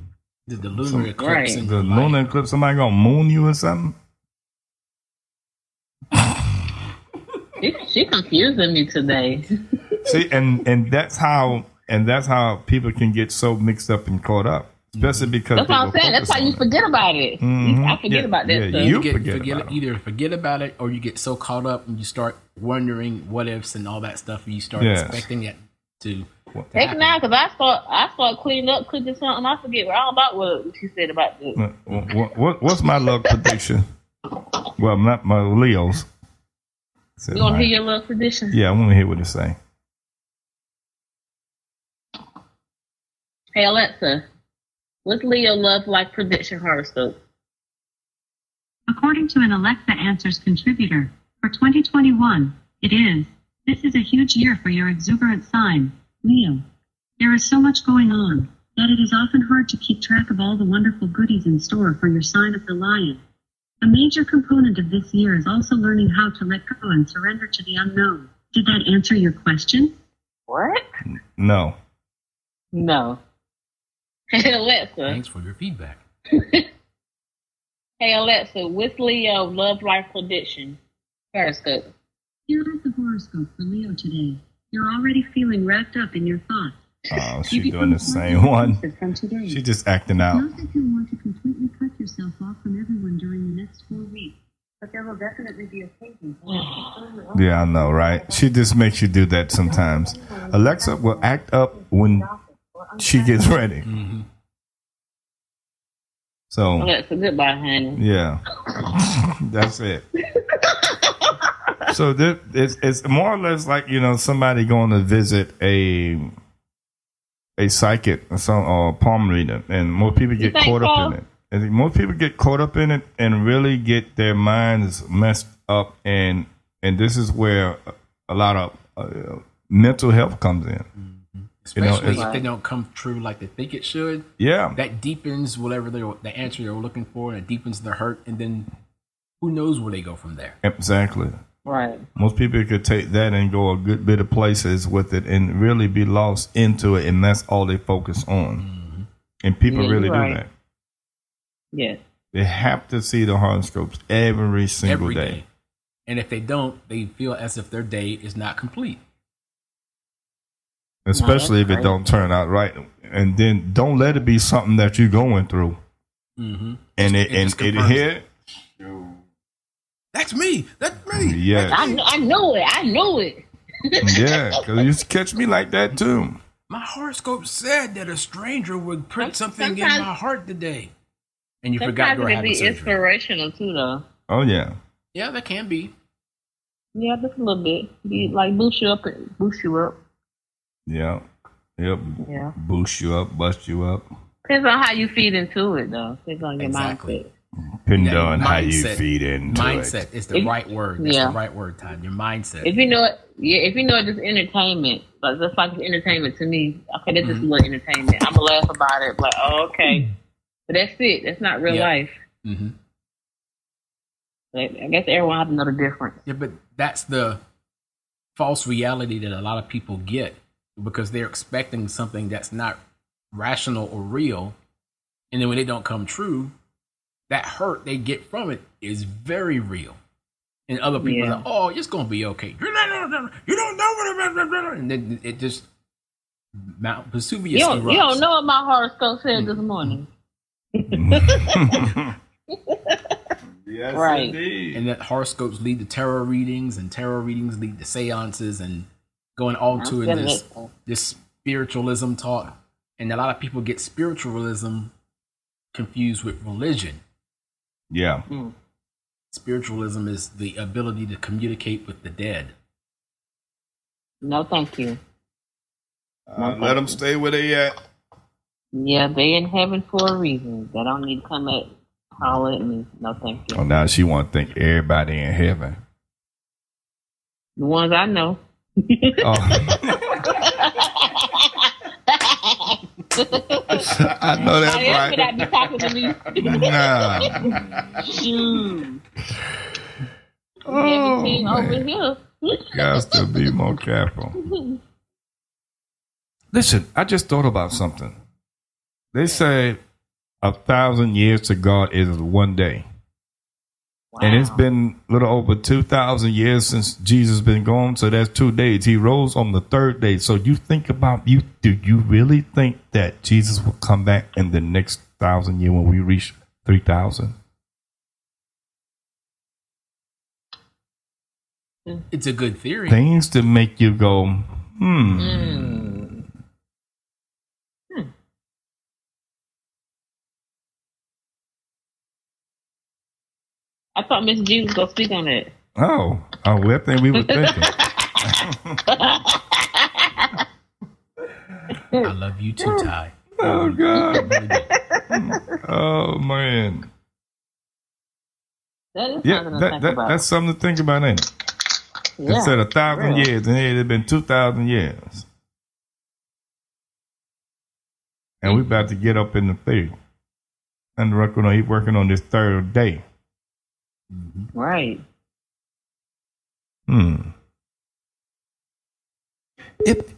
D: The, the lunar eclipse
C: Right.
D: in
B: The
D: your life.
B: lunar eclipse. Somebody gonna moon you or something?
C: She, she confusing me today.
B: See, and and that's how and that's how people can get so mixed up and caught up, especially because
C: Mm-hmm. That's what I'm
B: they were
C: saying. That's
B: focused
C: why you
B: on it.
C: forget about it.
B: Mhm.
C: I forget
B: Yeah,
C: about that
B: yeah,
C: stuff.
B: you-
D: You get
B: forget
D: forget,
B: about 'em.
D: either forget about it or you get so caught up and you start wondering what ifs and all that stuff and you start
B: Yes.
D: expecting it to What
C: They
D: happened?
C: now because I start I start cleaning up, cooking something. I forget all about what she said about this.
B: What, what, what- what's my luck prediction? Well, not my Leo's. Said
C: You want
B: my-
C: to hear your little tradition?
B: yeah, I want to hear what it say.
C: Hey Alexa, what's Leo love like prediction horoscope?
E: According to an Alexa Answers contributor, for 2021, it is. This is a huge year for your exuberant sign, Leo. There is so much going on that it is often hard to keep track of all the wonderful goodies in store for your sign of the lion. A major component of this year is also learning how to let go and surrender to the unknown. Did that answer your question?
C: What?
B: No.
C: No. Hey Alexa.
D: Thanks for your feedback.
C: Hey Alexa, what's Leo love life prediction horoscope?
E: Here is the horoscope for Leo today. You're already feeling wrapped up in your thoughts.
B: Oh,
E: You
B: she doing
E: become
B: the same one.
E: conscious From today.
B: She just acting out.
E: Not that you'll want to completely cut yourself off from everyone during the next four weeks, but there will definitely be occasions when
B: Yeah, I know, right? She just makes you do that sometimes. Alexa will act up when she gets ready.
D: Mhm.
B: So,
C: Alexa, goodbye, honey.
B: yeah, that's it. So this, it's it's more or less like you know somebody going to visit a a psychic or some or palm reader, and more people get
C: think
B: caught up
C: so?
B: in it. And most people get caught up in it and really get their minds messed up, and and this is where a lot of uh, mental health comes in. You know,
D: Especially
B: it's-
D: if they don't come true like they think it should,
B: Yeah,
D: that deepens whatever they the answer they're looking for, and it deepens the hurt, and then who knows where they go from there.
B: exactly.
C: Right.
B: Most people could take that and go a good bit of places with it and really be lost into it, and that's all they focus on.
D: Mm-hmm.
B: And people
C: Yeah,
B: really do
C: you're right.
B: that.
C: Yes.
B: They have to see the horoscopes every single
D: every
B: day.
D: day. And if they don't, they feel as if their day is not complete.
B: especially if it
C: crazy.
B: don't turn out right. And then don't let it be something that you're going through,
D: Mm-hmm.
B: and it,
D: it
B: and
D: just
B: it
D: confirms
B: hit.
D: That's me. That's me.
B: Yeah,
C: I kn- I know it. I know it.
B: yeah, because you used to catch me like that too.
D: My horoscope said that a stranger would print
C: Some-
D: something in
C: sometimes-
D: my heart today, and you forgot
C: Sometimes
D: you
C: it
D: were
C: can
D: having
C: be
D: surgery.
C: inspirational too, though.
B: Oh yeah,
D: Yeah, that can be.
C: Yeah, just a little bit. Be like boost you up, boost you up.
B: yeah, yep.
C: Yeah.
B: Boost you up, bust you up,
C: Depends on how you feed into it, though. Depends on your
D: Exactly.
C: mindset.
B: depending
D: That
B: on how you
D: mindset-
B: feed into it.
D: Mindset is the
C: If-
D: right word. That's
C: yeah.
D: the right word, Todd. Your mindset.
C: If you know it, yeah. If you know it, just entertainment. Like that's like entertainment to me. Okay, that's
D: Mm-hmm.
C: just a little entertainment. I'm gonna laugh about it. Like, oh, okay. But that's it. That's not real
D: Hmm. Yeah.
C: life.
D: mm-hmm.
C: Like, I guess everyone has to know the difference.
D: Yeah, but that's the false reality that a lot of people get because they're expecting something that's not rational or real. And then when it don't come true, that hurt they get from it is very real. And other people
C: Yeah.
D: are like, oh, it's going to be okay. You don't know what it is. And then it just, Mount Vesuvius
C: You don't, you
D: erupts.
C: don't know what my horoscope said
D: Hmm.
C: this morning.
B: yes,
C: Right.
B: indeed.
D: And that horoscopes lead to tarot readings, and tarot readings lead to seances, and going all
C: I'm
D: to
C: still
D: in this
C: listening.
D: this spiritualism talk, and a lot of people get spiritualism confused with religion.
B: Yeah,
D: Spiritualism is the ability to communicate with the dead.
C: No, thank you.
B: uh, let them stay where they at.
C: Yeah, they in heaven for a reason. They don't need to come at holler at me. No, thank you.
B: Oh, now she want to think everybody in heaven.
C: The ones I know.
B: Oh, I know that's
C: Why else would I
B: right.
C: be talking to me?
B: Nah.
C: Shoot.
B: Oh,
C: Everything over
B: man.
C: here.
B: Guys, to be more careful. Listen, I just thought about something. They say a thousand years to God is one day. And it's
C: Wow.
B: been a little over 2,000 years since Jesus been gone. So that's two days. He rose on the third day. So you think about you. Do you really think that Jesus will come back in the next thousand year when we reach 3,000?
D: It's a good theory.
B: Things to make you go, hmm.
C: I thought Miss G was gonna speak on it.
B: Oh, oh, well, that thing we were thinking.
F: I love you too, Ty.
B: oh God. Oh man.
C: That is
B: Yeah,
C: something to
B: that,
C: think
B: that
C: about.
B: that's something to think about, ain't it?
C: yeah.
B: Instead of thousand
C: real.
B: years, and it had been two thousand years. And we about to get up in the field. And working on he working on this third day.
C: Right.
B: Hmm. If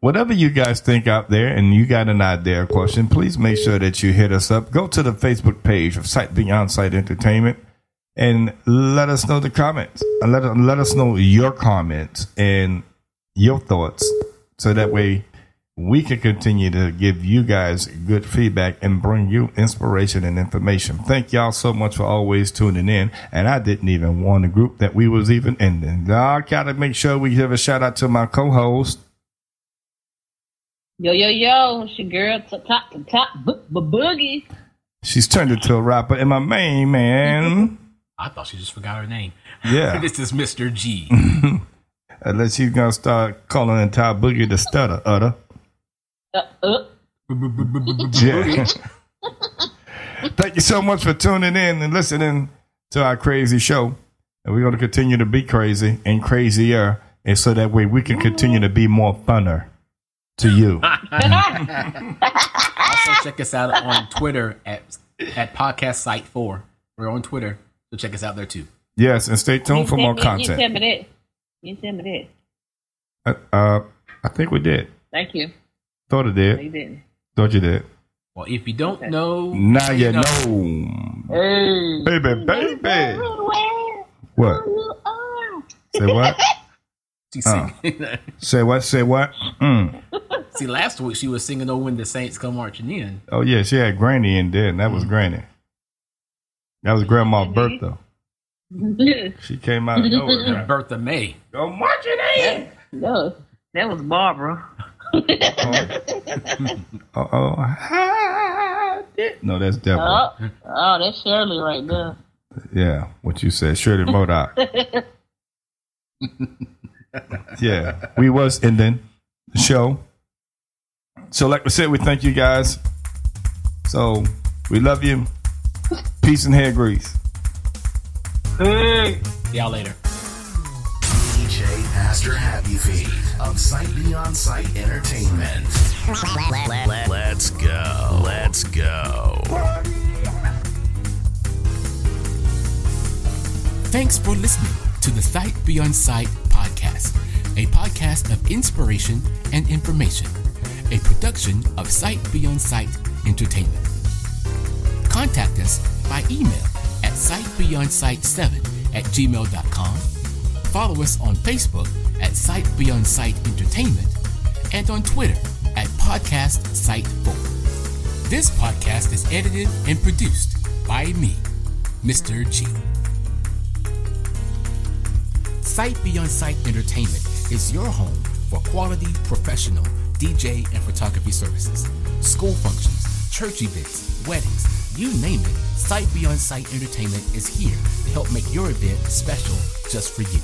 B: whatever you guys think out there, and you got an idea or question, please make sure that you hit us up. Go to the Facebook page of Sight Beyond Sight Entertainment, and let us know the comments. And Let let us know your comments and your thoughts, so that way we can continue to give you guys good feedback and bring you inspiration and information. Thank y'all so much for always tuning in. And I didn't even warn the group that we was even ending. I gotta make sure we give a shout out to my co-host.
C: Yo, yo, yo, it's your girl, top, top, top, top bo- bo- boogie.
B: She's turned into a rapper and my main man.
F: I thought she just forgot her name.
B: Yeah.
F: This is Mr. G.
B: Unless she's gonna start calling entire boogie the stutter utter.
C: Uh, uh,
B: Yeah. Thank you so much for tuning in and listening to our crazy show. And we're going to continue to be crazy and crazier. And so that way we can continue to be more funner to you.
F: also check us out on Twitter at at podcast site four. We're on Twitter, so check us out there too.
B: Yes. And stay tuned for
C: you
B: more
C: tell me- You tell
B: content.
C: me that. You tell me that.
B: Uh, uh, I think we did.
C: Thank you.
B: Thought it
C: No,
B: did.
C: you didn't.
B: Thought you did.
F: Well, if you don't know,
B: Now you know.
C: Hey.
B: Baby, baby.
C: Where
B: What?
C: you are?
B: Say what?
F: she
B: Oh.
F: sing-
B: Say what? Say what? Mm.
F: see last week she was singing "Oh When the Saints Come Marching In."
B: Oh, yeah. She had Granny in there, and that was Granny. That was Grandma Bertha. She came out of nowhere. right?
F: Bertha May.
B: Go march it in.
C: no, that was Barbara.
B: Uh oh. Hide it. No, that's Deborah.
C: Oh, oh, that's Shirley right there.
B: Yeah, what you said, Shirley Modoc. yeah, we was ending the show. So, like we said, we thank you guys. So, we love you. Peace and hair grease.
F: See y'all later.
A: DJ Pastor Happy Feet of Sight Beyond Sight Entertainment. Let's go. Let's go.
D: Thanks for listening to the Sight Beyond Sight podcast, a podcast of inspiration and information, a production of Sight Beyond Sight Entertainment. Contact us by email at sightbeyondsight7 at gmail.com. Follow us on Facebook at Sight Beyond Sight Entertainment and on Twitter at Podcast Sight 4. This podcast is edited and produced by me, Mr. G. Sight Beyond Sight Entertainment is your home for quality professional DJ and photography services. School functions, church events, weddings, you name it, Sight Beyond Sight Entertainment is here to help make your event special just for you.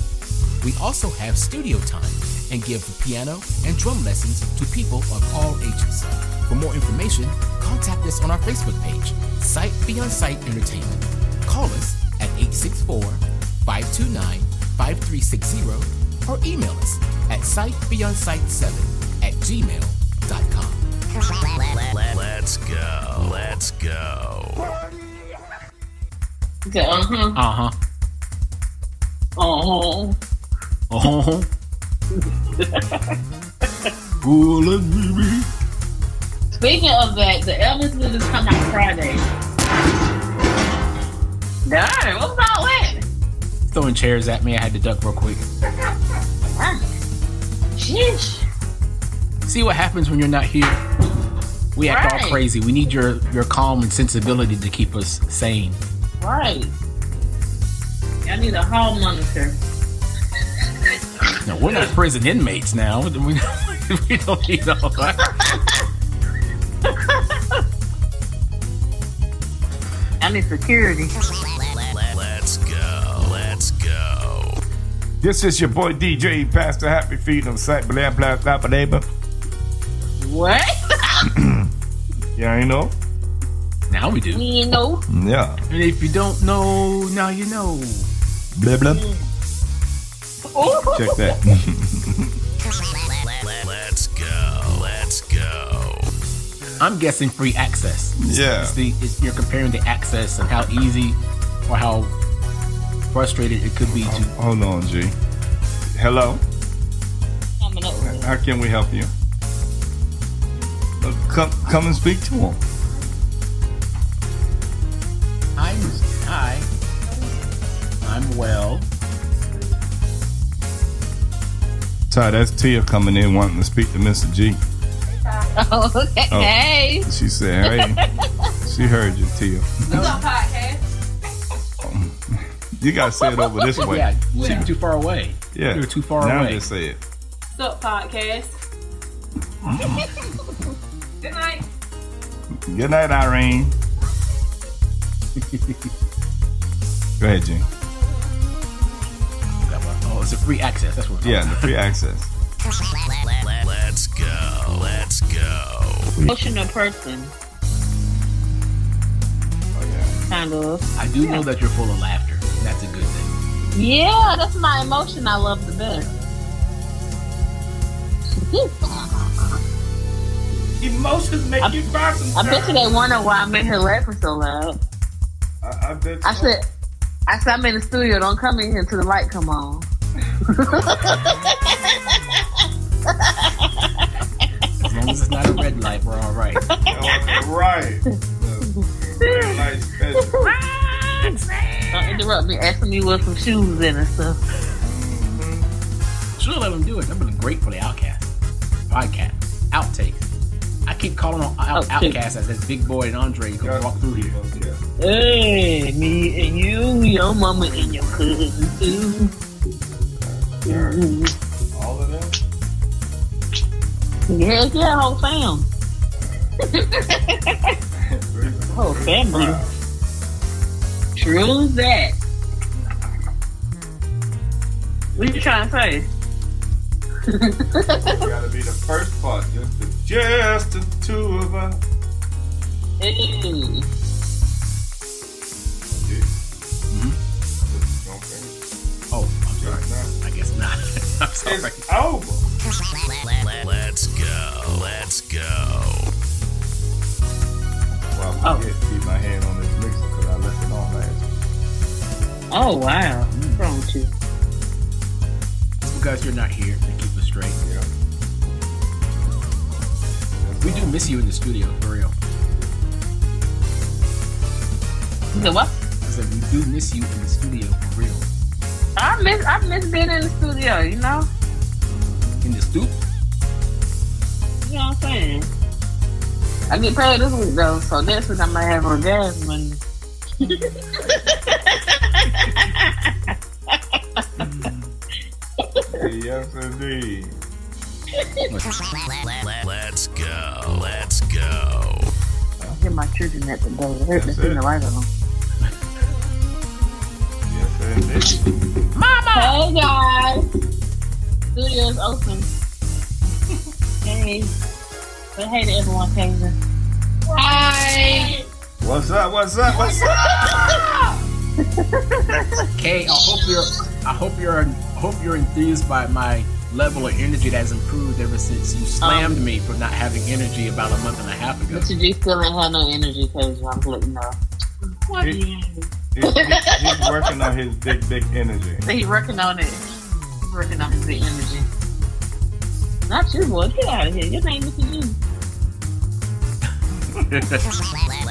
D: We also have studio time and give piano and drum lessons to people of all ages. For more information, contact us on our Facebook page, Sight Beyond Sight Entertainment. Call us at 864- 529-5360 or email us at sitebeyondsite7 at gmail.com.
A: Let's go. Let's go.
C: Okay, uh huh.
F: Uh huh.
C: Oh,
F: Uh huh. Ooh, let me be.
C: speaking of that, the Elvis movies come out Friday. Darn, what was all that?
F: Throwing chairs at me. I had to duck real quick.
C: Sheesh.
F: See what happens when you're not here. We act all
C: Right.
F: crazy. We need your your calm and sensibility to keep us sane.
C: Right. I need a hall monitor.
F: No, we're not prison inmates now. We, we don't need all that.
C: I need security.
B: This is your boy DJ Pastor Happy Feet on site blah blah blah blah. neighbor.
C: What?
B: Yeah, you know.
D: Now we do.
C: you know?
B: Yeah.
D: And if you don't know, now you know.
B: Blah blah.
C: Ooh.
B: Check that.
A: Let's go. Let's go.
D: I'm guessing free access.
B: Yeah.
D: It's the, it's, you're comparing the access and how easy or how frustrated it could be to.
B: Hold on, G. Hello.
C: Coming up with it.
B: How can we help you? Uh, Come, come and speak to him.
D: I'm hi. I'm well.
B: Ty, that's Tia coming in wanting to speak to Mr. G.
C: Oh, okay.
B: Oh.
C: Hey.
B: She said, hey. she heard you, Tia. You gotta say it over this way.
D: Yeah, you seem too far away.
B: Yeah.
D: You're too far
B: now
D: away.
B: just say it.
G: Stop podcast. Good night.
B: Good night, Irene. Go ahead, G.
D: That one. Oh, it's a free access. That's what. we're
B: Yeah,
D: talking
B: the free access.
A: Let's go. Let's go.
C: Emotional person,
B: Oh, yeah.
C: kind of.
D: about. I do know that you're full of laughter. That's a good thing.
C: Yeah, that's my emotion I love the best.
B: Emotions make
C: I-
B: you cry
C: I bet you they wonder why I made her laughing so loud.
B: I, I bet
C: I said, I said I'm in the studio. Don't come in here till the light come on.
D: As long as it's not a red light, we're all right.
B: right.
C: Don't interrupt me asking me what some shoes in and stuff.
D: Should have let them do it. I've been great for the outcast podcast outtakes. I keep calling on out,
C: Outtakes.
D: outcast as this big boy and Andre can walk through here.
C: Hey, me and you, your mama and your cousin too. Mhm.
B: All of them?
C: Yeah, yeah, whole fam, whole family. True that. What you trying to say?
B: gotta be the first part, just the, just the two of us.
C: Hey.
B: Mm-hmm.
D: Oh, I'm sorry. I guess not. I'm sorry.
B: It's over.
A: Let's go. Let's go.
B: Well, I
C: Oh.
B: forget to keep my hand on this mixer because I left it on last.
C: Oh wow, what's wrong with you?
D: Because you're not here to keep us straight.
B: Yeah.
D: We do miss you in the studio, for real.
C: You said what?
D: I said, we do miss you in the studio, for real.
C: I miss I miss being in the studio. You know,
D: In the stoop?
C: you know what I'm saying. I get paid this week though, so next week I might have a gas money.
B: Yes, indeed.
A: Let's go. Let's go.
C: Get my children at the door. They're
B: That's
C: sitting
B: it.
C: right on.
B: Yes, indeed.
C: Hey guys, studio's open. hey, but hey to everyone, Taser. Hi.
B: What's up? What's up? What's up?
D: Kay, I hope you're I hope you're I hope you're enthused by my level of energy that has improved ever since you slammed
B: Um,
D: me for not having energy about a month and a half ago.
C: Mr. G still ain't had no energy, Taser. I'm letting you know. What?
B: He- He- he- he's working on his big, big energy.
C: So he working on it. He Working on his big energy. Not you, boy. Get out of here. Your name is G.